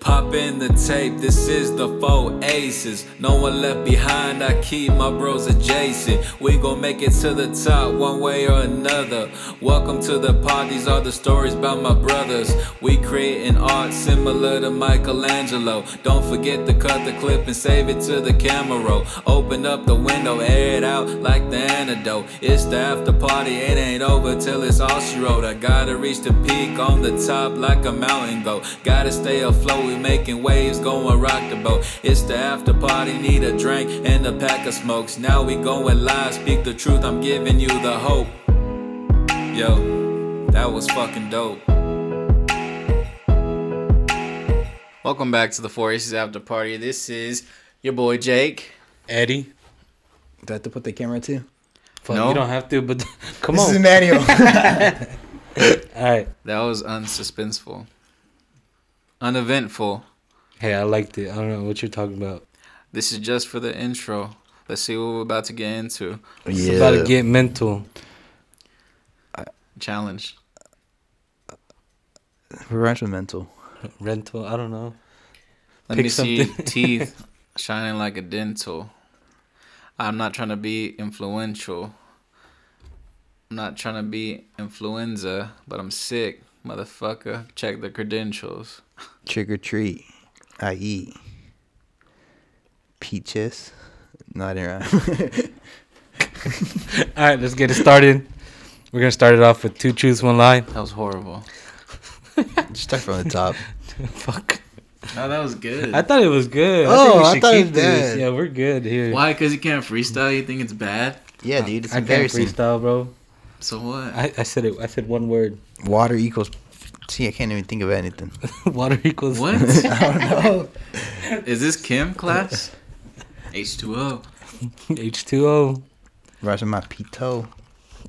Pop in the tape, this is the four aces. No one left behind, I keep my bros adjacent. We gon' make it to the top one way or another. Welcome to the pod, these are the stories about my brothers. We creating art similar to Michelangelo. Don't forget to cut the clip and save it to the camera. roll. Open up the window, air it out like the antidote. It's the after party, it ain't over till it's all she wrote. I gotta reach the peak on the top like a mountain goat. Gotta stay afloat, we making waves, going rock the boat. It's the after party, need a drink and a pack of smokes. Now we going live, speak the truth, I'm giving you the hope. Yo, that was fucking dope. Welcome back to the Four Aces After Party. This is your boy Jake. Eddie. Do I have to put the camera too? Fuck, No. you don't have to, but come This on. is Emmanuel. All right. That was unsuspenseful, uneventful. Hey, I liked it. I don't know what you're talking about. This is just for the intro. Let's see what we're about to get into. It's about to get mental. Challenge. Regimental. Rental. I don't know. Let Pick me see teeth shining like a dental. I'm not trying to be influential. I'm not trying to be influenza, but I'm sick, motherfucker. Check the credentials. Trick or treat. I eat peaches. No, I didn't rhyme. All right, let's get it started. We're gonna start it off with two truths, one lie. That was horrible. Start from the top. Fuck. No, that was good. I thought it was good. Oh, I should thought it keep was this. bad. Yeah, we're good here. Why? Because you can't freestyle? You think it's bad? Yeah, dude, it's I can't embarrassing. freestyle, bro. So what? I, I said it. I said one word. Water equals. See, I can't even think of anything. Water equals. What? I don't know. Is this Kim class? H2O. H2O. Rushing my pito.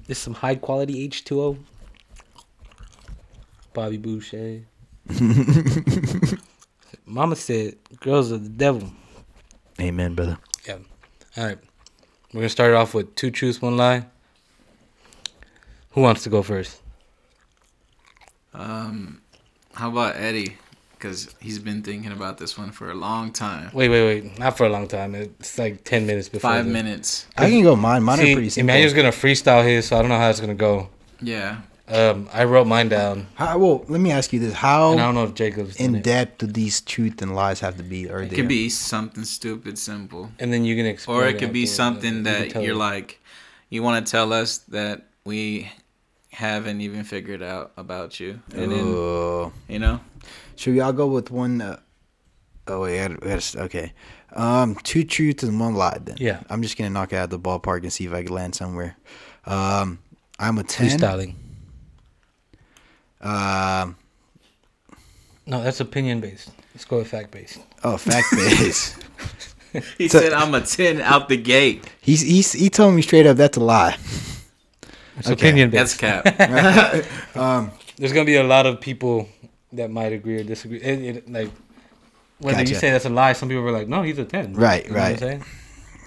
This is some high quality H2O. Bobby Boucher. Mama said, "Girls are the devil." Amen, brother. Yeah. All right. We're gonna start it off with two truths, one lie. Who wants to go first? Um, how about Eddie? Because he's been thinking about this one for a long time. Wait, wait, wait. Not for a long time. It's like ten minutes before. Five the- minutes. I can go mine. Mine See, are pretty simple. Emmanuel's gonna freestyle his, so I don't know how it's gonna go. Yeah. Um, I wrote mine down, How, well, let me ask you this: and I don't How know if Jacob's done in it. depth do these truth and lies have to be? Or It they could be something stupid, simple. And then you can explain. Or it could be afterwards. something uh, You can that tell you're it. like, you want to tell us that we haven't even figured out about you. And then, Uh, you know? should we all go with one? Uh, oh wait, I had, we had, to- okay. Um, two truths and one lie. Then Yeah. I'm just gonna knock it out of the ballpark and see if I can land somewhere. Um, I'm a ten. freestyling. Um, No, that's opinion based. Let's go with fact based. oh, fact base. He So- said, I'm a 10 out the gate. he's he's he told me straight up that's a lie. It's Okay. opinion That's based. cap. Um, There's gonna be a lot of people that might agree or disagree. It, it, like whether you Gotcha. say that's a lie, some people were like, "No, he's a 10. Right, You know what I'm right. saying?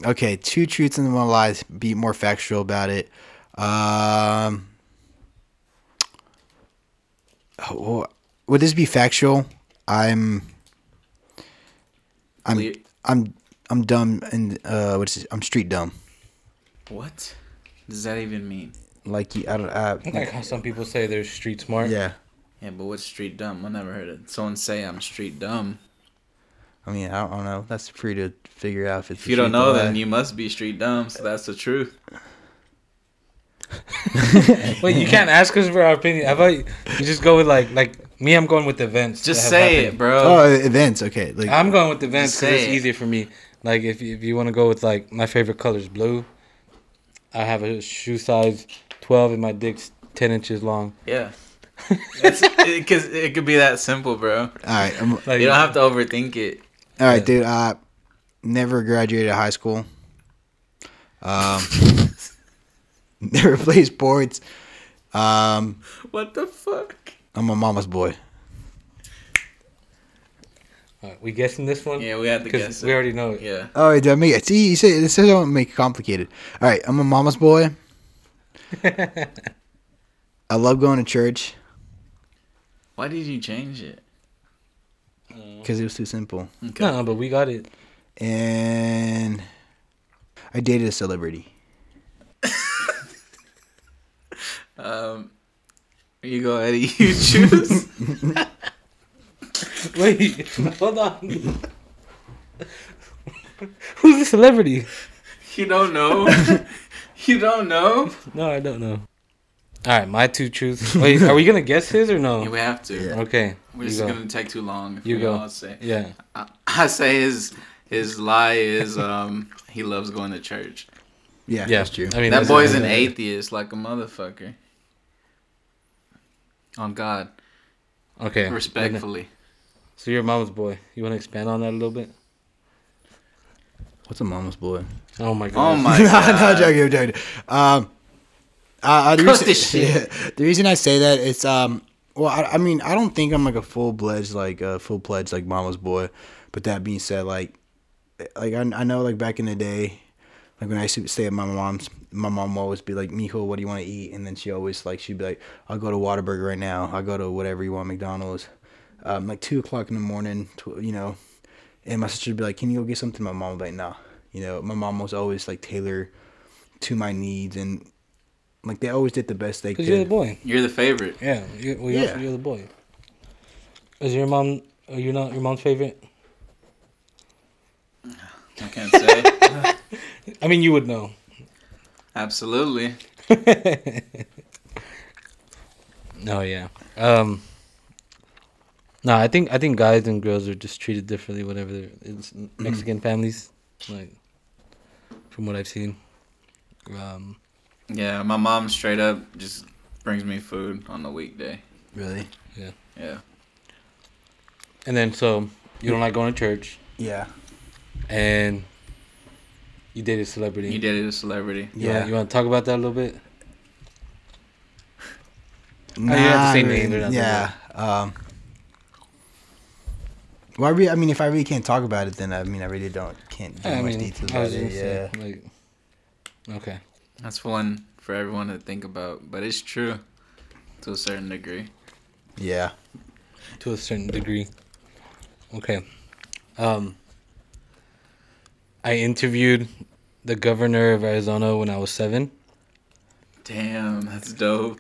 okay, two truths and one lie. Be more factual about it. Um, oh, would this be factual? I'm, I'm, Le- I'm, I'm dumb and uh, what's it? I'm street dumb. what does that even mean? Like you, I don't, I, Like how some people say they're street smart. yeah. Yeah, but what's street dumb? I never heard it. Someone say I'm street dumb. I mean, I don't, I don't know. That's free to figure out if it's. If you don't know, then you must be street dumb. So that's the truth. Wait, you can't ask us for our opinion. How about you you just go with like like me? I'm going with events. Just that have say it, happened. bro. Oh, events. Okay, like I'm going with events Just because it's say it. easier for me. Like if you- if you want to go with like my favorite color is blue. I have a shoe size 12 and my dick's 10 inches long. Yeah. Because it, 'cause it could be that simple, bro. all right, I'm, all Like You don't have to overthink it. right, dude. I never graduated high school. Um, never played sports. Um, What the fuck? I'm a mama's boy. All right, uh, we guessing this one? Yeah, we had to Because guess. we It. already know it. Yeah. Oh, wait, did I make it? See, you say it says I don't make it complicated. All right, I'm a mama's boy. I love going to church. Why did you change it? because it was too simple. Okay. No, but we got it. And I dated a celebrity. Um, you go, Eddie. You choose. Wait, hold on. Who's the celebrity? you don't know. you don't know. No, I don't know. All right, my two truths. Wait, are we gonna guess his or Yeah, no? we have to. Okay, We're Oh. you just go. gonna take too long. if You we go. all say. Yeah. I, I say his his lie is um he loves going to church. Yeah, Yeah, that's true. I mean that that's- boy's an atheist like a motherfucker. On God, Okay, respectfully. So you're mama's boy. You want to expand on that a little bit? What's a mama's boy? Oh my god. Oh my no, god. no, I'm joking, I'm joking. Um, uh, uh, the, Cut reason, this shit. the reason I say that it's um, well, I, I mean, I don't think I'm like a full fledged like uh, full fledged like mama's boy, but that being said, like, like I, I know like back in the day, like when I used to stay at my mom's, my mom would always be like, "Mijo, what do you want to eat?" And then she always like she'd be like, "I'll go to Waterburger right now. I'll go to whatever you want, McDonald's." Um, like two o'clock in the morning, tw- you know, and my sister would be like, "Can you go get something?" My mom would be like, "Nah." You know, my mom was always like tailor to my needs, and like they always did the best they Cause you're the could. boy. You're the favorite. Yeah. You're, well, you're, Yeah. you're the boy. Is your mom? Are you not your mom's favorite? I can't say. I mean, you would know. Absolutely. No, Oh, yeah. Um. No, I think I think guys and girls are just treated differently. Whatever they're- it's Mm-hmm. Mexican families, like from what I've seen. Um. Yeah, my mom straight up just brings me food on the weekday. Really? Yeah. And then so you don't like going to church, Yeah. and you dated a celebrity. You dated a celebrity. You wanna- Yeah. You want to talk about that a little bit? Nah, you have to say really. names or nothing, Yeah. Um, well, I, really, I mean, if I really can't talk about it, then I mean, I really don't can't give I much mean, detail I was about gonna it. say, Yeah. like, okay. That's one for everyone to think about, but it's true to a certain degree. Yeah. to a certain degree. Okay. Um I interviewed the governor of Arizona when I was 7. Damn, that's dope.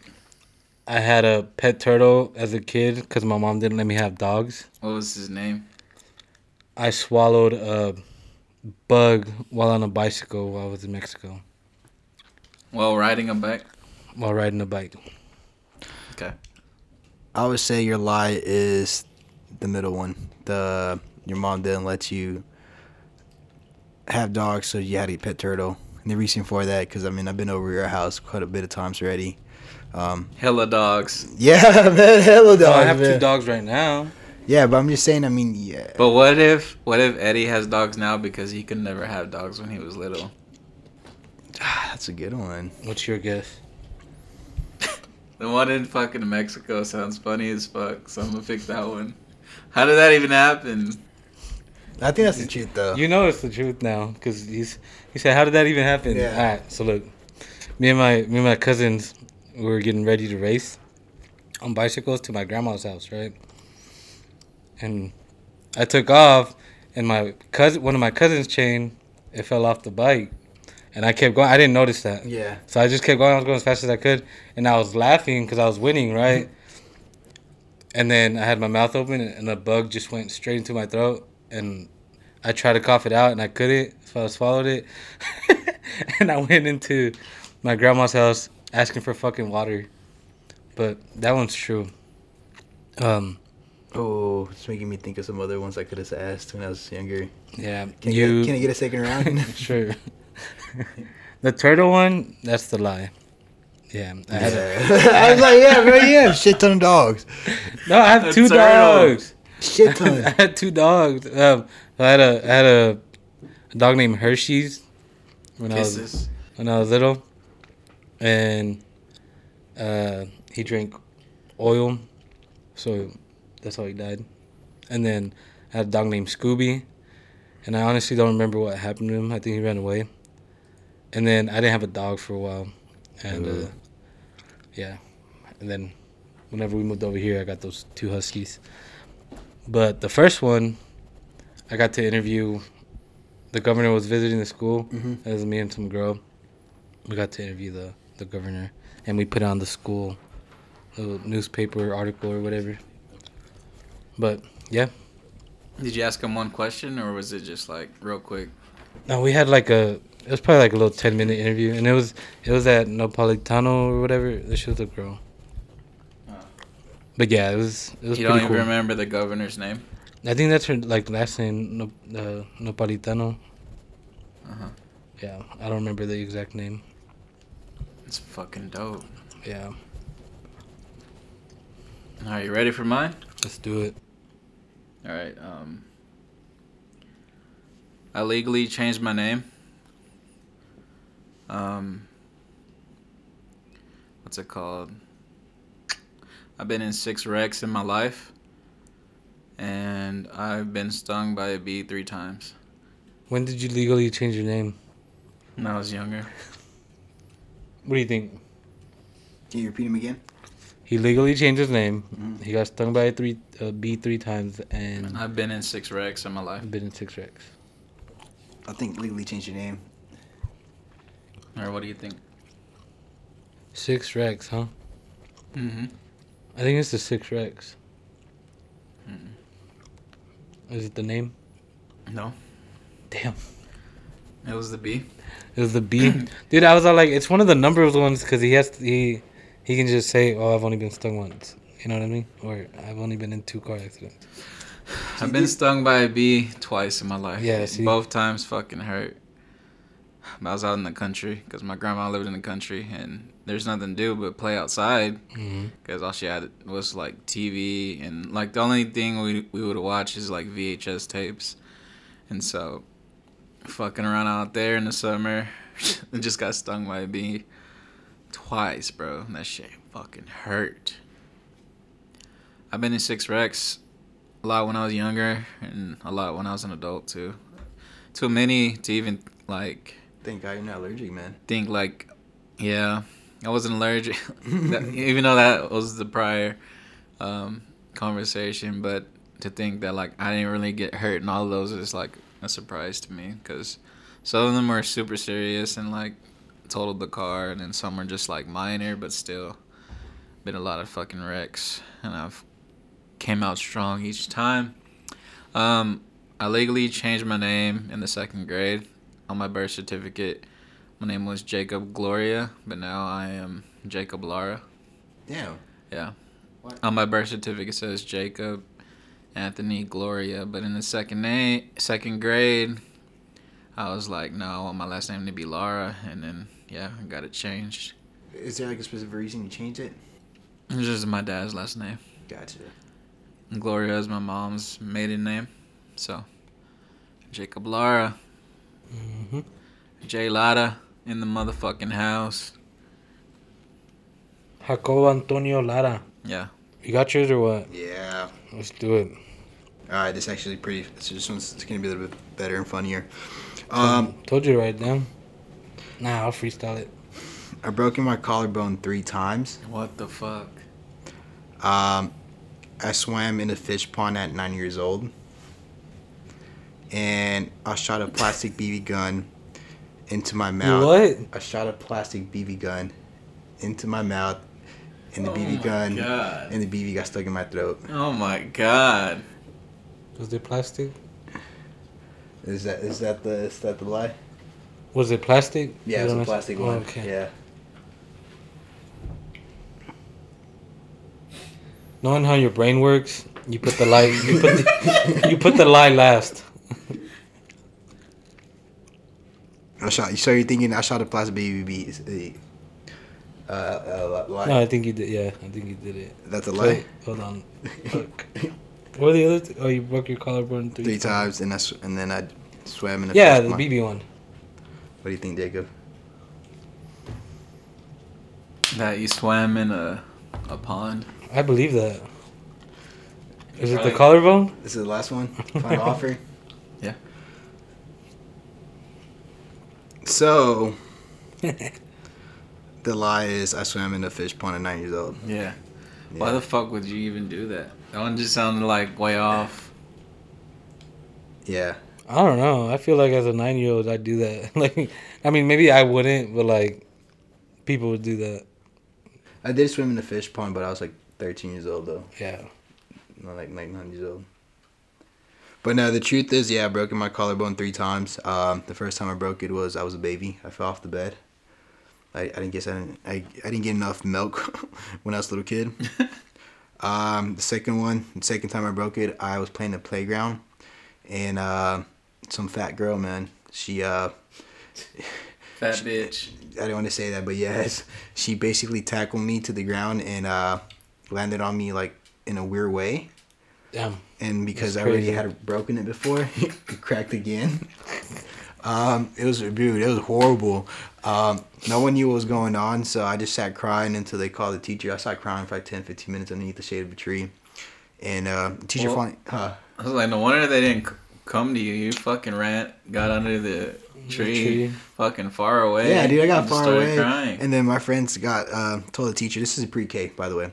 I had a pet turtle as a kid cuz my mom didn't let me have dogs. What was his name? I swallowed a bug while on a bicycle while I was in Mexico Well, riding a bike. while riding a bike. Okay. I would say your lie is the middle one. The your mom didn't let you have dogs, so you had a pet turtle. And the reason for that, because I mean, I've been over your house quite a bit of times already. Um, Hella dogs. Yeah, man, hello dog. Oh, I have two man. dogs right now. Yeah, but I'm just saying. I mean, yeah, But what if what if Eddie has dogs now because he could never have dogs when he was little? that's a good one. What's your guess? The one in fucking Mexico sounds funny as fuck, so I'm gonna pick that one. How did that even happen? I think that's the truth, though. You know it's the truth now, cause he's he said, "How did that even happen?" Yeah. All right, so look, me and my me and my cousins we were getting ready to race on bicycles to my grandma's house, right? And I took off, and my cousin, one of my cousins' chain, it fell off the bike, and I kept going. I didn't notice that. yeah, So I just kept going. I was going as fast as I could, and I was laughing because I was winning, right? and then I had my mouth open, and a bug just went straight into my throat, and I tried to cough it out, and I couldn't, so I swallowed it, and I went into my grandma's house asking for fucking water. But that one's true. Um, Oh, it's making me think of some other ones I could have asked when I was younger. yeah, Can you, you can I get a second round? sure. the turtle one, that's the lie. Yeah, I had a, I was like, yeah, bro, yeah, shit ton of dogs, no, I have A two turtle. dogs. shit ton. I had two dogs. Um, I had a I had a, dog named Hershey's when I was Kisses. when I was little, and uh, he drank oil, so that's how he died. And then I had a dog named Scooby, and I honestly don't remember what happened to him. I think he ran away. And then I didn't have a dog for a while, and uh, yeah, and then whenever we moved over here, I got those two huskies. But the first one, I got to interview. The governor was visiting the school. Mhm. It was me and some girl. We got to interview the the governor, and we put on the school little newspaper article or whatever. But yeah, Did you ask him one question or was it just like real quick? no, we had like a. It was probably like a little ten minute interview, and it was it was at Napolitano or whatever. The show's a girl. But yeah, it was it was You don't pretty even cool. remember the governor's name? I think that's her like last name, no, uh, Napolitano. Uh-huh. Yeah, I don't remember the exact name. It's fucking dope. Yeah, Are you ready for mine? let's do it. All right. Um, I legally changed my name. Um, what's it called? I've been in six wrecks in my life, and I've been stung by a bee three times. When did you legally change your name? When I was younger. What do you think? Can you repeat him again? He legally changed his name. Mm-hmm. He got stung by a three uh, bee three times and I've been in six wrecks in my life. been in six wrecks. I think legally changed your name. All right. What do you think? Six wrecks, huh? Mm-hmm. I think it's the six wrecks. Is it the name? Mm-hmm. No, Damn. it was the bee. It was the B. Dude, I was all like, it's one of the number of ones because he has to, he he can just say, oh, I've only been stung once. You know what I mean? Or I've only been in two car accidents. I've been stung by a bee twice in my life. Yeah, see? both times fucking hurt. But I was out in the country because my grandma lived in the country, and there's nothing to do but play outside Mm-hmm. because all she had was like TV and like the only thing we we would watch is like VHS tapes, and so fucking around out there in the summer, and just got stung by a bee twice, bro. And that shit fucking hurt. I've been in six wrecks a lot when I was younger and a lot when I was an adult too. Too many to even like Thank God you're not allergic, man. think like, yeah, I wasn't allergic, That- even though that was the prior um, conversation. But to think that like I didn't really get hurt and all those is like a surprise to me because some of them were super serious and like totaled the car, and then some were just like minor, but still been a lot of fucking wrecks, and I've came out strong each time. Um, I legally changed my name in the second grade on my birth certificate. My name was Jacob Gloria, but now I am Jacob Lara. Damn. Yeah. What? On my birth certificate it says Jacob Anthony Gloria, but in the second na- second grade, I was like, no, I want my last name to be Lara, and then yeah, I got it changed. Is there like a specific reason you changed it? It's just my dad's last name. Gotcha. Gloria is my mom's maiden name, so Jacob Lara, Mm-hmm. J Lara in the motherfucking house. Jacobo Antonio Lara. Yeah. You got yours or what? Yeah. Let's do it. All right, this actually pretty. So this one's it's gonna be a little bit better and funnier. Um, Told you to write it down. Nah, I'll freestyle it. I broken my collarbone three times. What the fuck? Um, I swam in a fish pond at nine years old, and I shot a plastic BB gun into my mouth. What? I shot a plastic BB gun into my mouth, and the BB gun Oh God. and the BB got stuck in my throat. Oh my god. Was it plastic? Is that is that the is that the lie? Was it plastic? Yeah, You it's don't a know- plastic Oh, one. okay. Yeah. Knowing how your brain works, you put the lie. You put the, you put the lie last. I shot. So you're thinking I shot a plastic BB? Is a, uh, uh, lie. No, I think you did. Yeah, I think you did it. That's a lie. Hold on. Fuck. What are the other? T- oh, you broke your collarbone three, Three times, and I sw- and then I swam in a Yeah, fish the pond. BB one. What do you think, Jacob? That you swam in a a pond. I believe that. Is it the Probably- collarbone? This is the last one. Final offer. Yeah. So the lie is I swam in a fish pond at nine years old. Yeah. Why the fuck would you even do that? That one just sounded like way off. Yeah. I don't know. I feel like as a nine year old, I'd do that. like, I mean, maybe I wouldn't, but like, people would do that. I did swim in the fish pond, but I was like 13 years old though, Yeah. not like like nine years old. But no, the truth is, yeah, I broken my collarbone three times. Um, the first time I broke it was I was a baby. I fell off the bed. I, I didn't guess I didn't I, I didn't get enough milk when I was a little kid. um, the second one, the second time I broke it, I was playing the playground, and uh, some fat girl, man, she uh, Fat bitch. I don't want to say that, but yes, she basically tackled me to the ground and uh, landed on me like in a weird way. Damn. And because I That's already crazy. had broken it before, it cracked again. Um, it was dude, it was horrible. Um, no one knew what was going on, so I just sat crying until they called the teacher. I sat crying for like 10, 15 minutes underneath the shade of a tree. And uh, teacher Well- finally, huh, I was like, no wonder they didn't c- come to you. You fucking ran, got under the tree, tree. fucking far away. Yeah, dude, I got Just far started away. Crying. And then my friends got uh, told the teacher. This is pre-K, by the way.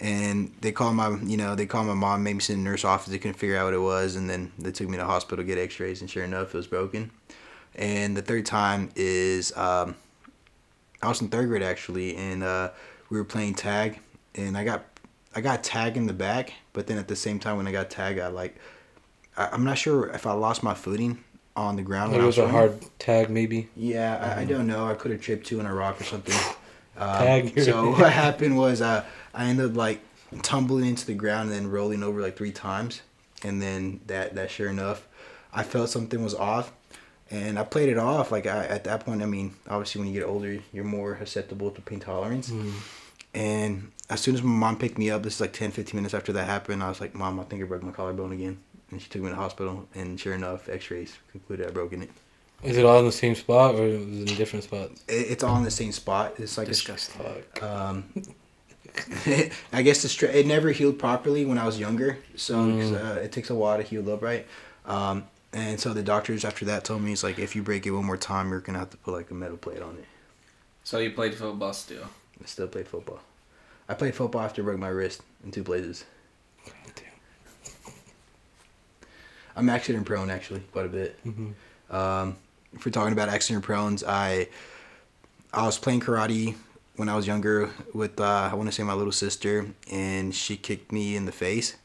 And they called my, you know, they called my mom, made me sit in the nurse office. They couldn't figure out what it was, and then they took me to the hospital to get X-rays. And sure enough, it was broken. And the third time is, um, I was in third grade actually, and uh, we were playing tag, and I got, I got tag in the back. But then at the same time, when I got tag, I like, I, I'm not sure if I lost my footing on the ground. It when I was a running. hard tag, maybe. Yeah, I, I don't know. I could have tripped you on a rock or something. Um, Tag. so what happened was uh, I ended up like tumbling into the ground and then rolling over like three times, and then that that sure enough, I felt something was off, and I played it off. Like I, at that point, I mean, obviously when you get older, you're more susceptible to pain tolerance. And as soon as my mom picked me up, this is like 10, 15 minutes after that happened, I was like, Mom, I think I broke my collarbone again. And she took me to the hospital, and sure enough, X-rays concluded I broken it. Is it all in the same spot or is it in different spots? It- It's all in the same spot. It's like a str- Disgusting. Fuck. I guess the stra- it never healed properly when I was younger, so 'cause, uh, it takes a while to heal up, right? Um, and so the doctors after that told me it's like if you break it one more time, you're gonna have to put like a metal plate on it. So you played football still. I still play football. I played football after I broke my wrist in two places. I'm accident prone actually quite a bit. Mm-hmm. Um, if we're talking about accident prones, I I was playing karate when I was younger with uh, I want to say my little sister, and she kicked me in the face.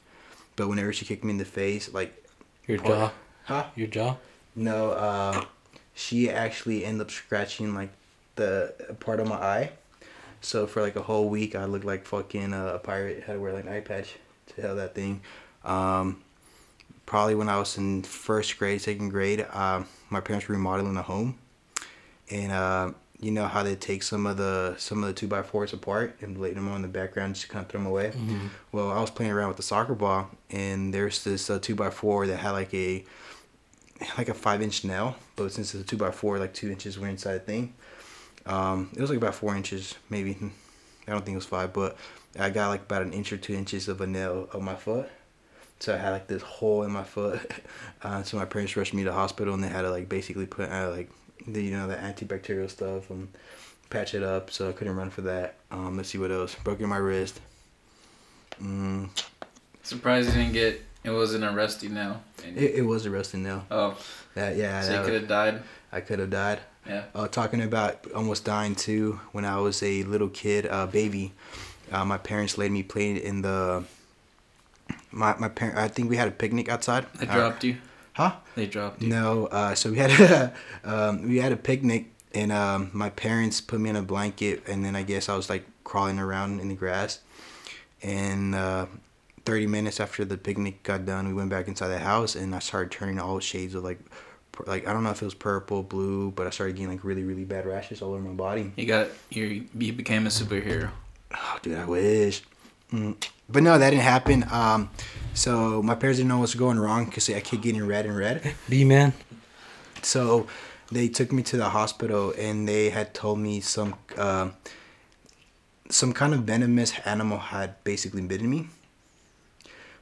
But whenever she kicked me in the face, like Your jaw. huh? Your jaw? No, uh, she actually ended up scratching like the part of my eye. So for like a whole week, I looked like fucking uh, a pirate. Had to wear like an eye patch to hell that thing. Um, probably when I was in first grade, second grade, um, my parents were remodeling a home, and uh, you know how they take some of the some of the two by fours apart and lay them on the background just to kind of throw them away. Mm-hmm. Well, I was playing around with the soccer ball, and there's this uh, two by four that had like a like a five inch nail, but since it's a two by four, like two inches were inside the thing. Um, it was like about four inches, maybe. hmm, I don't think it was five, but I got like about an inch or two inches of a nail of my foot. So I had like this hole in my foot. Uh, so my parents rushed me to the hospital and they had to like basically put uh, like the you know the antibacterial stuff and patch it up. So I couldn't run for that. Um, let's see what else. Broken my wrist. Mm, Surprised you didn't get. It wasn't a rusty nail. And- it, it was a rusting nail. oh, That yeah, so that you was- could have died. I could have died. Yeah. uh, talking about almost dying too when I was a little kid, uh, baby. Uh, my parents let me play in the. My my parent, I think we had a picnic outside. They Uh, dropped you. huh? They dropped you. No, uh, so we had a, um, we had a picnic, and um, my parents put me in a blanket, and then I guess I was like crawling around in the grass, and uh, thirty minutes after the picnic got done, we went back inside the house, and I started turning all shades of like, pur- like I don't know if it was purple, blue, but I started getting like really really bad rashes all over my body. You got. You you became a superhero. Oh, dude, I wish. Mm. But no, that didn't happen. Um, so my parents didn't know what's going wrong because I kept getting red and red. B man. So they took me to the hospital and they had told me some um some kind of venomous animal had basically bitten me.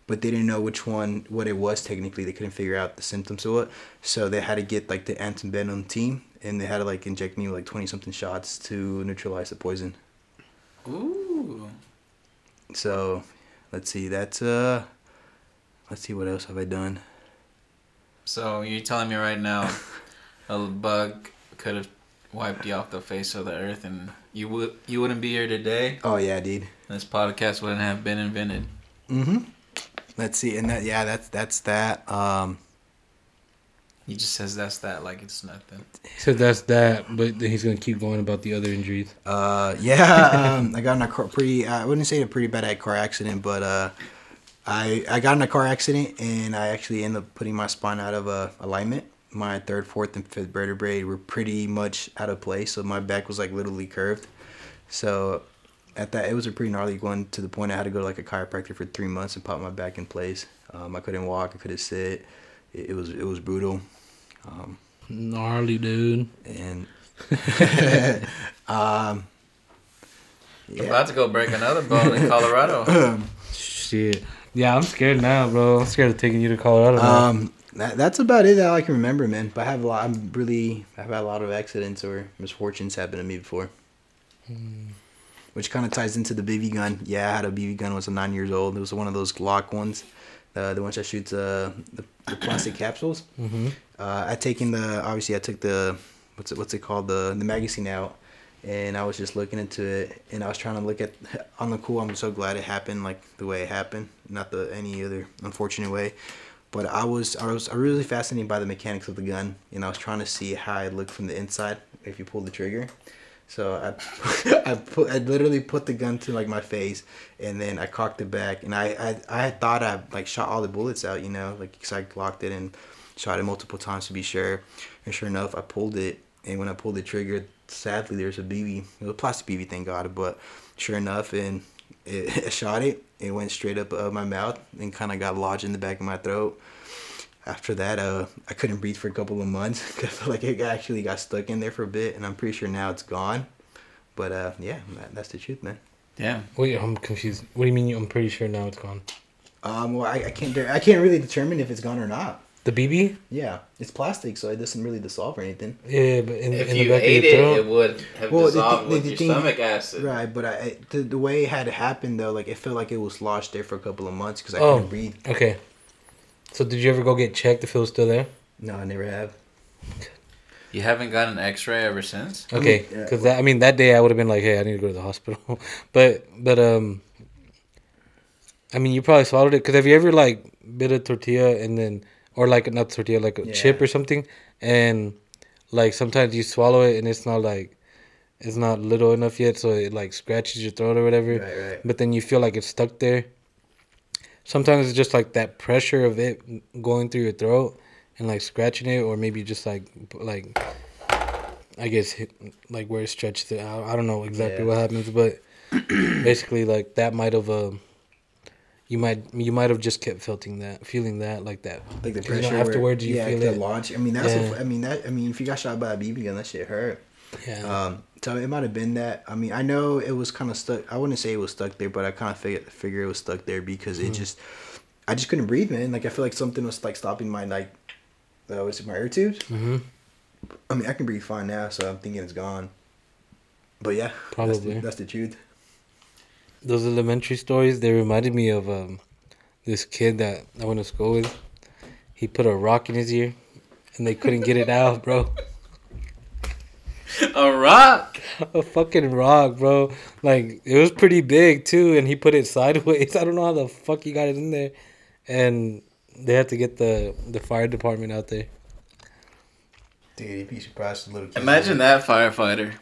But they didn't know which one what it was technically. They couldn't figure out the symptoms of it. So they had to get like the antivenom team and they had to like inject me with like 20 something shots to neutralize the poison. Ooh. So, let's see. That's uh, let's see what else have I done. So you're telling me right now, a bug could have wiped you off the face of the earth, and you would you wouldn't be here today. Oh yeah, dude. Mm-hmm. This podcast wouldn't have been invented. Let's see. And that yeah, that's that's that. Um, He just says that's that, like it's nothing. He said that's that, but then he's gonna keep going about the other injuries. Uh, yeah, um, I got in a car, pretty. I wouldn't say a pretty bad car accident, but uh, I I got in a car accident and I actually ended up putting my spine out of uh, alignment. My third, fourth, and fifth vertebrae were pretty much out of place, so my back was like literally curved. So at that, it was a pretty gnarly one to the point I had to go to like a chiropractor for three months and pop my back in place. Um, I couldn't walk, I couldn't sit. It, it was it was brutal. Gnarly, dude. And um, I'm about to go break another bone in Colorado. Shit. Yeah, I'm scared now, bro. I'm scared of taking you to Colorado. now. Um, that, that's about it that I can remember, man. But I have a lot. I'm really. I've had a lot of accidents or misfortunes happen to me before. Which kind of ties into the BB gun. Yeah, I had a BB gun. when I was nine years old. It was one of those lock ones, uh, the ones that shoots uh, the, the plastic capsules. Mm-hmm. Uh, I taken the obviously I took the what's it what's it called the the magazine out, and I was just looking into it, and I was trying to look at on the cool. I'm so glad it happened like the way it happened, not the any other unfortunate way. But I was I was I was really fascinated by the mechanics of the gun, and I was trying to see how it looked from the inside if you pulled the trigger. So I, I put, I literally put the gun to like my face, and then I cocked it back, and I, I, I thought I like shot all the bullets out, you know, like 'cause I locked it and shot it multiple times to be sure, and sure enough, I pulled it, and when I pulled the trigger, sadly there's a BB, it was a plastic BB, thank God, but sure enough, and it, I shot it, it went straight up uh, my mouth and kind of got lodged in the back of my throat after that, uh, I couldn't breathe for a couple of months. 'cause I felt like it actually got stuck in there for a bit, and I'm pretty sure now it's gone. But uh, yeah, that, that's the truth, man. Damn. Wait, I'm confused. What do you mean? you- I'm pretty sure now it's gone. Um, well, I, I can't, de- I can't really determine if it's gone or not. The BB? Yeah, it's plastic, so it doesn't really dissolve or anything. Yeah, but in, If in the you back ate of your it, throat. it would have Well, the dissolved thing- with the your thing- stomach acid. Right, but I, I the, the way it had happened though, like it felt like it was lodged there for a couple of months because I oh, couldn't breathe. okay. So did you ever go get checked if it was still there? No, I never have. You haven't got an X-ray ever since. Okay, yeah. because that I mean that day I would have been like, hey, I need to go to the hospital, but but um, I mean you probably swallowed it because have you ever like bit a tortilla and then or like not tortilla like a chip Yeah. or something and like sometimes you swallow it and it's not like it's not little enough yet so it like scratches your throat or whatever Right, right. but then you feel like it's stuck there sometimes it's just like that pressure of it going through your throat and like scratching it or maybe just like like i guess hit, like where it stretched it out i don't know exactly Yeah. what happens but basically like that might have um you might you might have just kept feeling that feeling that like that Like the 'Cause, you pressure. know, where- afterwards you yeah, feel the it launch. I mean, that's. a- Yeah. I mean that. I mean, if you got shot by a BB gun, that shit hurt. yeah Um, so it might have been that. I mean, I know it was kind of stuck. I wouldn't say it was stuck there, but I kind of figure, figure it was stuck there because Hmm. it just, I just couldn't breathe, man. Like I feel like something was like stopping my like, uh, what's it, my air tubes. Mm-hmm. I mean, I can breathe fine now, so I'm thinking it's gone. But yeah, that's Probably. the, that's the truth. those elementary stories they reminded me of um, this kid that I went to school with. He put a rock in his ear, and they couldn't get it out, bro. A rock. A fucking rock, bro. Like it was pretty big too, and he put it sideways. I don't know how the fuck he got it in there, and they had to get the the fire department out there. Dude, you'd be surprised the little kids. Imagine that firefighter.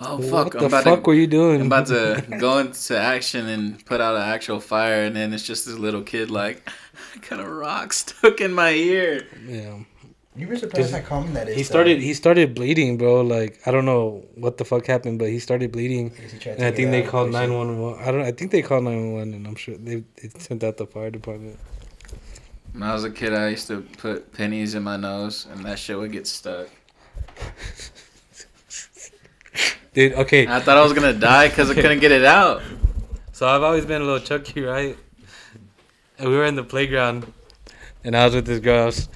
Oh fuck! what I'm the about fuck to. were you doing? I'm about to go into action and put out an actual fire, and then it's just this little kid like, I got a rock stuck in my ear. Yeah. You'd be surprised how common that is. He though. started. He started bleeding, bro. Like I don't know what the fuck happened, but he started bleeding, Because he tried to and I get think it they out, called obviously. nine one one. I don't. I think they called nine one one, and I'm sure they, they sent out the fire department. When I was a kid, I used to put pennies in my nose, and that shit would get stuck. Dude, okay. And I thought I was gonna die because I couldn't get it out. Uh, So I've always been a little Chucky, right? And we were in the playground, and I was with this girl. I was-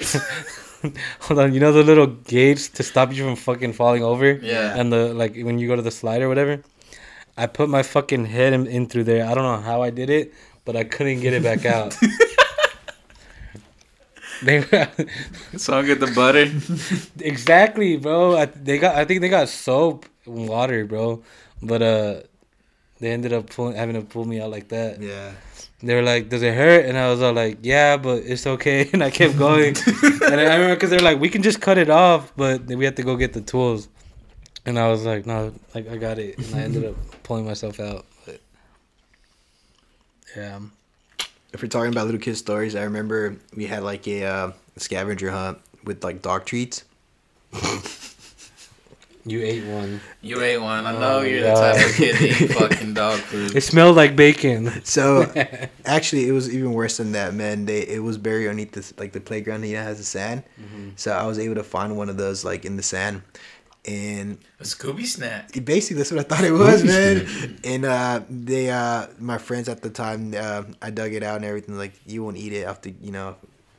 Hold on, you know the little gates to stop you from fucking falling over, Yeah. and the like when you go to the slide or whatever. I put my fucking head in, in through there. I don't know how I did it, but I couldn't get it back out. they So I'll get the butter. exactly, bro. I, they got. I think they got soap and water, bro. But uh, they ended up pulling, having to pull me out like that. Yeah. They were like, "Does it hurt?" And I was all like, "Yeah, but it's okay." And I kept going. and I remember because they're like, "We can just cut it off, but then we have to go get the tools." And I was like, "No, like I got it." And I ended up pulling myself out. But yeah, If we're talking about little kid stories, I remember we had like a uh, scavenger hunt with like dog treats. you ate one. You ate one. I Oh know my you're God. the type of kid to eat fucking dog food. It smelled like bacon. So actually, it was even worse than that, man. They it was buried underneath this like the playground that you know, has the sand. So I was able to find one of those like in the sand, and A Scooby snack. it- basically that's what I thought it was, man. And uh, they, uh, my friends at the time, uh, I dug it out and everything. Like you won't eat it after you know,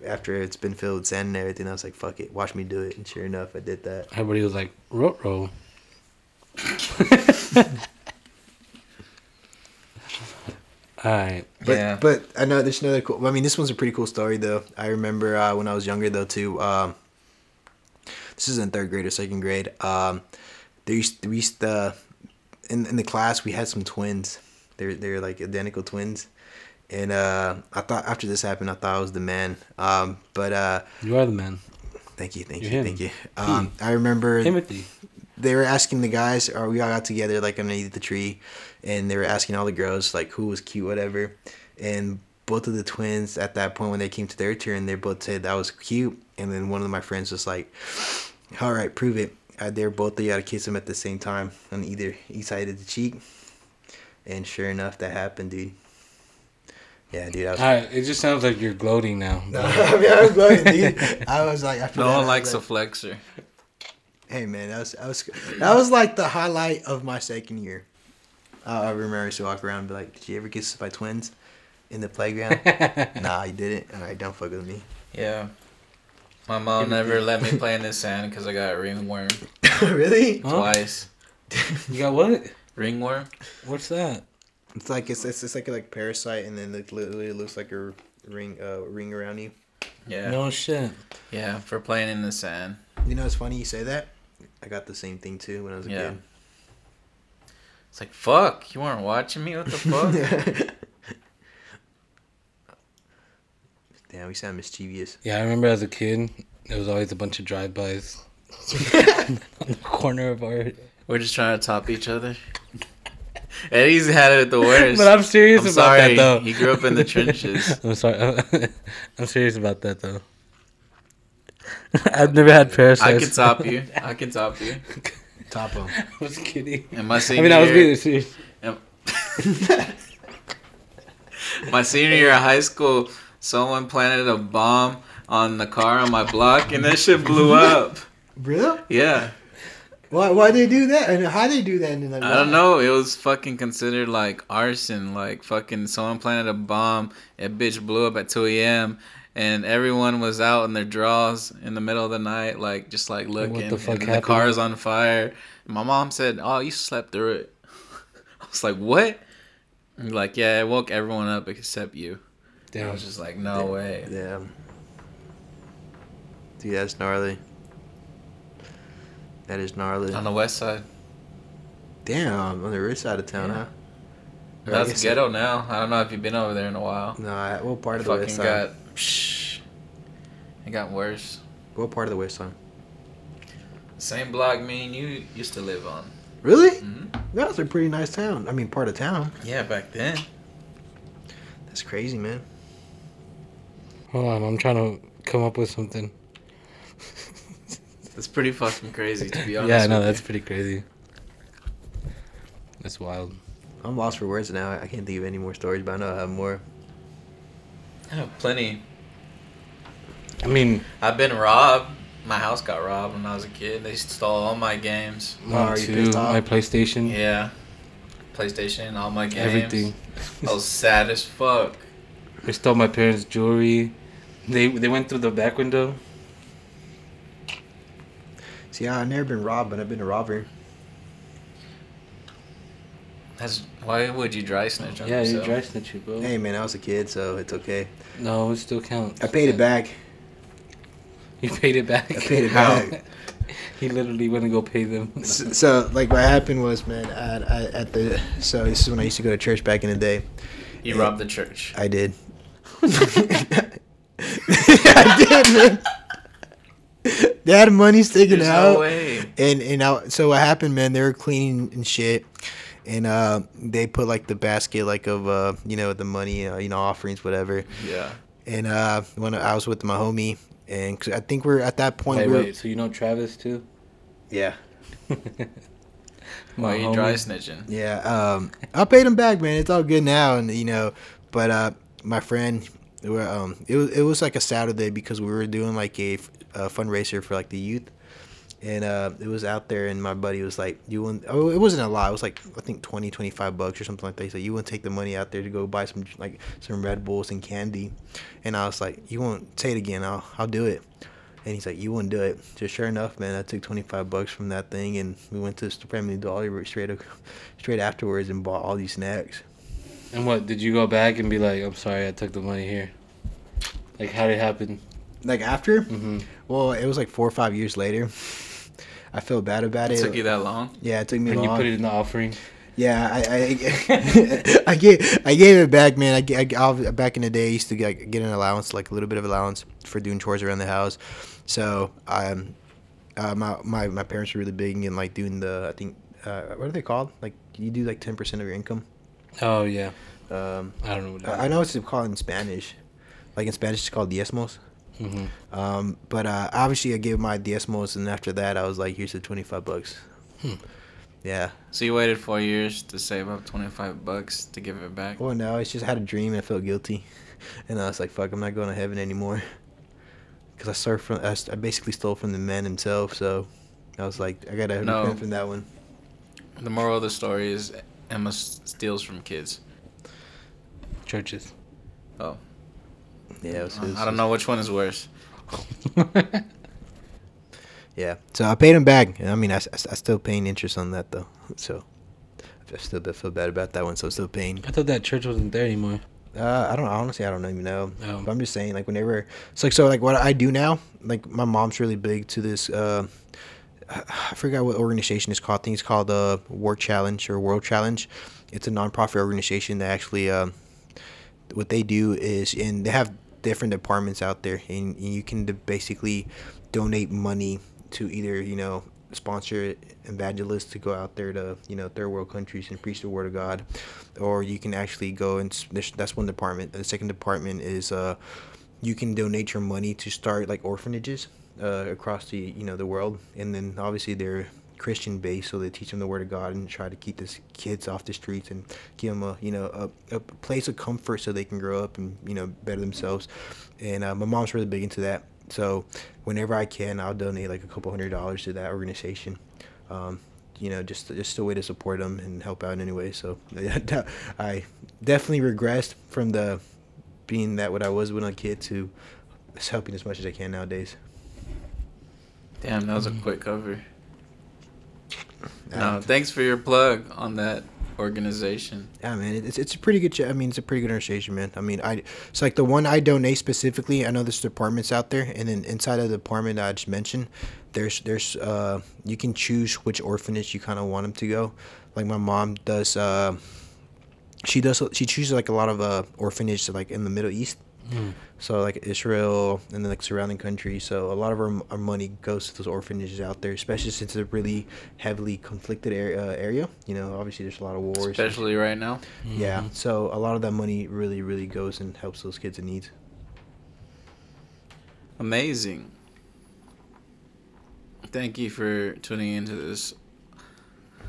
after it's been filled with sand and everything. I was like, fuck it, watch me do it. And sure enough, I did that. Everybody was like, "Rot roll." all right. But, yeah. but I know there's another cool. I mean, this one's a pretty cool story though. I remember uh, when I was younger though too. Um, this is in third grade or second grade. Um, there used we used to, in in the class we had some twins. They're they're like identical twins, and uh, I thought after this happened I thought I was the man. Um, but uh, You are the man, thank you, thank You're you, him. thank you. Um, I remember Timothy. they were asking the guys, or we all got together like underneath the tree, and they were asking all the girls like who was cute, whatever. And both of the twins at that point when they came to their turn, they both said that was cute. And then one of my friends was like, "All right, prove it." Uh, they were both they got to kiss him at the same time on either each side of the cheek. And sure enough, that happened, dude. Yeah, dude. I was, All right. It just sounds like you're gloating now. I mean, I was going, dude. I was like, I No one likes a flexor. Hey man, that was, that was that was like the highlight of my second year. Uh, I remember I used to walk around and be like, "Did you ever get kissed by twins in the playground?" nah, you didn't. All right, don't fuck with me. Yeah. My mom never let me play in the sand because I got a ringworm really? Huh? twice. You got what? Ringworm? What's that? It's like it's it's, it's like a like parasite, and then it literally looks like a ring uh, ring around you. Yeah. No shit. Yeah, for playing in the sand. You know, it's funny you say that. I got the same thing too when I was a Yeah. It's like, fuck, you weren't watching me? What the fuck? kid. Damn, we sound mischievous. Yeah, I remember as a kid, there was always a bunch of drive-bys on the corner of our. We're just trying to top each other. Eddie's had it the worst. But I'm serious I'm about that sorry. though. He grew up in the trenches. I'm sorry. I'm serious about that though. I've never had parasites. I can top you. I can top you. Top 'em. I was kidding. And my I senior mean, I was year, being serious. my senior year of high school, someone planted a bomb on the car on my block, and that shit blew up. Really? Yeah, Why why they do that? And how they do that? And like, I don't know. It was fucking considered like arson. Like fucking someone planted a bomb. It bitch blew up at 2 a.m. And everyone was out in their draws in the middle of the night, like just like looking. the fuck and happened? The car's on fire. My mom said, "Oh, you slept through it." I was like, "What?" And like, yeah, it woke everyone up except you. I Damn. was just like, no way. Yeah. Dude, that's gnarly. That is gnarly. On the west side. Damn, on the rich side of town, Yeah. huh? Or I That's guess- ghetto now. I don't know if you've been over there in a while. No, I- what part It of the west fucking side? got. Psh, it got worse. What part of the west side? Same block me and you used to live on. Really? Mhm. That was a pretty nice town. I mean, part of town. Yeah, back then. That's crazy, man. Hold on, I'm trying to come up with something. That's pretty fucking crazy, to be honest. Yeah, no, with that's pretty crazy. That's wild. I'm lost for words now. I can't think of any more stories, but I know I have more. you. I have plenty. I mean, I've been robbed. My house got robbed when I was a kid. They stole all my games. mine are you too. pissed off? My PlayStation, Yeah. PlayStation, all my games. everything. I was sad as fuck. They stole my parents' jewelry. They they went through the back window. Mm-hmm. See, I've never been robbed, but I've been a robber. That's why would you dry snitch on Yeah, you yourself? dry snitch, you, bro. Hey man, I was a kid, so it's okay. No, it still counts. I paid it back. You paid it back. I paid it How? back. he literally went and go pay them. S- So like what happened was, man, I, I, at the so this is when I used to go to church back in the day. You robbed the church. I did. I did, man. They had money sticking There's out. no way. And and I, so what happened, man? They were cleaning and shit, and uh, they put like the basket, like of uh, you know, the money, uh, you know, offerings, whatever. Yeah. And uh, when I was with my homie, and 'cause I think we're at that point. Wait, we were, wait. So you know Travis too? Yeah. Why My you homie. dry snitching? Yeah, um, I paid him back, man. It's all good now, and you know, but uh, my friend, we were, um, it was it was like a Saturday because we were doing like a, f- a fundraiser for like the youth, and uh, it was out there, and my buddy was like, "You want?" Oh, it wasn't a lot. It was like I think 20, 25 bucks or something like that. He said, "You want to take the money out there to go buy some like some Red Bulls and candy," and I was like, "You won't say it again? I'll I'll do it." And he's like, "You wouldn't do it." So sure enough, man, I took twenty five bucks from that thing, and we went to the Family Dollar straight, straight afterwards, and bought all these snacks. And what did you go back and be like? I'm sorry, I took the money here. Like how did it happen? Like after, Mm-hmm. well, it was like four or five years later. I feel bad about It it. took you that long? yeah, it took me And you long. put it in the offering. Yeah, I, I, I gave I gave it back, man. I, ga- I, ga- I'll- back in the day, I used to get, get an allowance, like a little bit of allowance for doing chores around the house. So um, uh, my, my my parents were really big in like doing the I think uh, what are they called? Like you do like ten percent of your income. Oh yeah. Um, I don't know what. It I I know it's called in Spanish. Like in Spanish, it's called diezmos. Mm-hmm. Um, but uh, obviously, I gave my diezmos, and after that, I was like, "Here's the twenty five bucks." Hmm. Yeah. So you waited four years to save up twenty five bucks to give it back? Well, no, it's just I had a dream and I felt guilty, and I was like, "Fuck, I'm not going to heaven anymore," because I stole from I, s- I basically stole from the man himself. So I was like, I gotta No. repent from that one. The moral of the story is Emma s- steals from kids. Churches. Oh, Yeah, it was, it was- I don't know which one is worse. Yeah, so I paid him back. and I mean, I, s- I, s- I still paying interest on that though, so I still b- feel bad about that one. So I'm still paying. I thought that church wasn't there anymore. Uh, I don't honestly, I don't even know. Oh. But I'm just saying, like whenever it's like so, like what I do now, like my mom's really big to this. Uh, I forgot what organization it's called. I think it's called uh, War Challenge or World Challenge. It's a nonprofit organization that actually, um, what they do is, and they have different departments out there, and, and you can d- basically donate money to either you know sponsor evangelists to go out there to you know third world countries and preach the word of God, or you can actually go and s- there's- that's one department. The second department is uh, you can donate your money to start like orphanages uh, across the you know the world, and then obviously they're Christian based, so they teach them the Word of God and try to keep these kids off the streets and give them a you know a, a place of comfort so they can grow up and you know better themselves. And uh, my mom's really big into that, so whenever I can, I'll donate like a couple hundred dollars to that organization. Um, you know, just just a way to support them and help out in any way. So I definitely regressed from the being that what I was when I was a kid to just helping as much as I can nowadays. Damn, that was a quick cover. Uh, Mm-hmm. No, thanks for your plug on that organization. Yeah, man, it's it's a pretty good. Ch- I mean, it's a pretty good organization, man. I mean, I it's like the one I donate specifically. I know there's departments out there, and then inside of the department I just mentioned, there's there's uh you can choose which orphanage you kind of want them to go. Like my mom does. Uh, she does. She chooses like a lot of uh orphanage like in the Middle East. So like Israel and then like surrounding countries. So a lot of our, our money goes to those orphanages out there, especially since it's a really heavily conflicted area. Uh, area. You know, obviously there's a lot of wars. Especially right now. Mm-hmm. Yeah. So a lot of that money really, really goes and helps those kids in need. Amazing. Thank you for tuning into this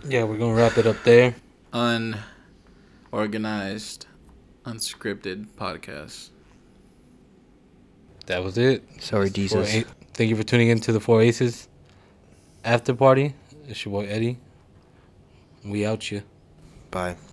Mm-hmm. Yeah, we're gonna wrap it up there. unorganized, unscripted podcast. That was it. Sorry, Four A- Thank you for tuning in to the Four Aces after party. It's your boy Eddie. We out you. Bye.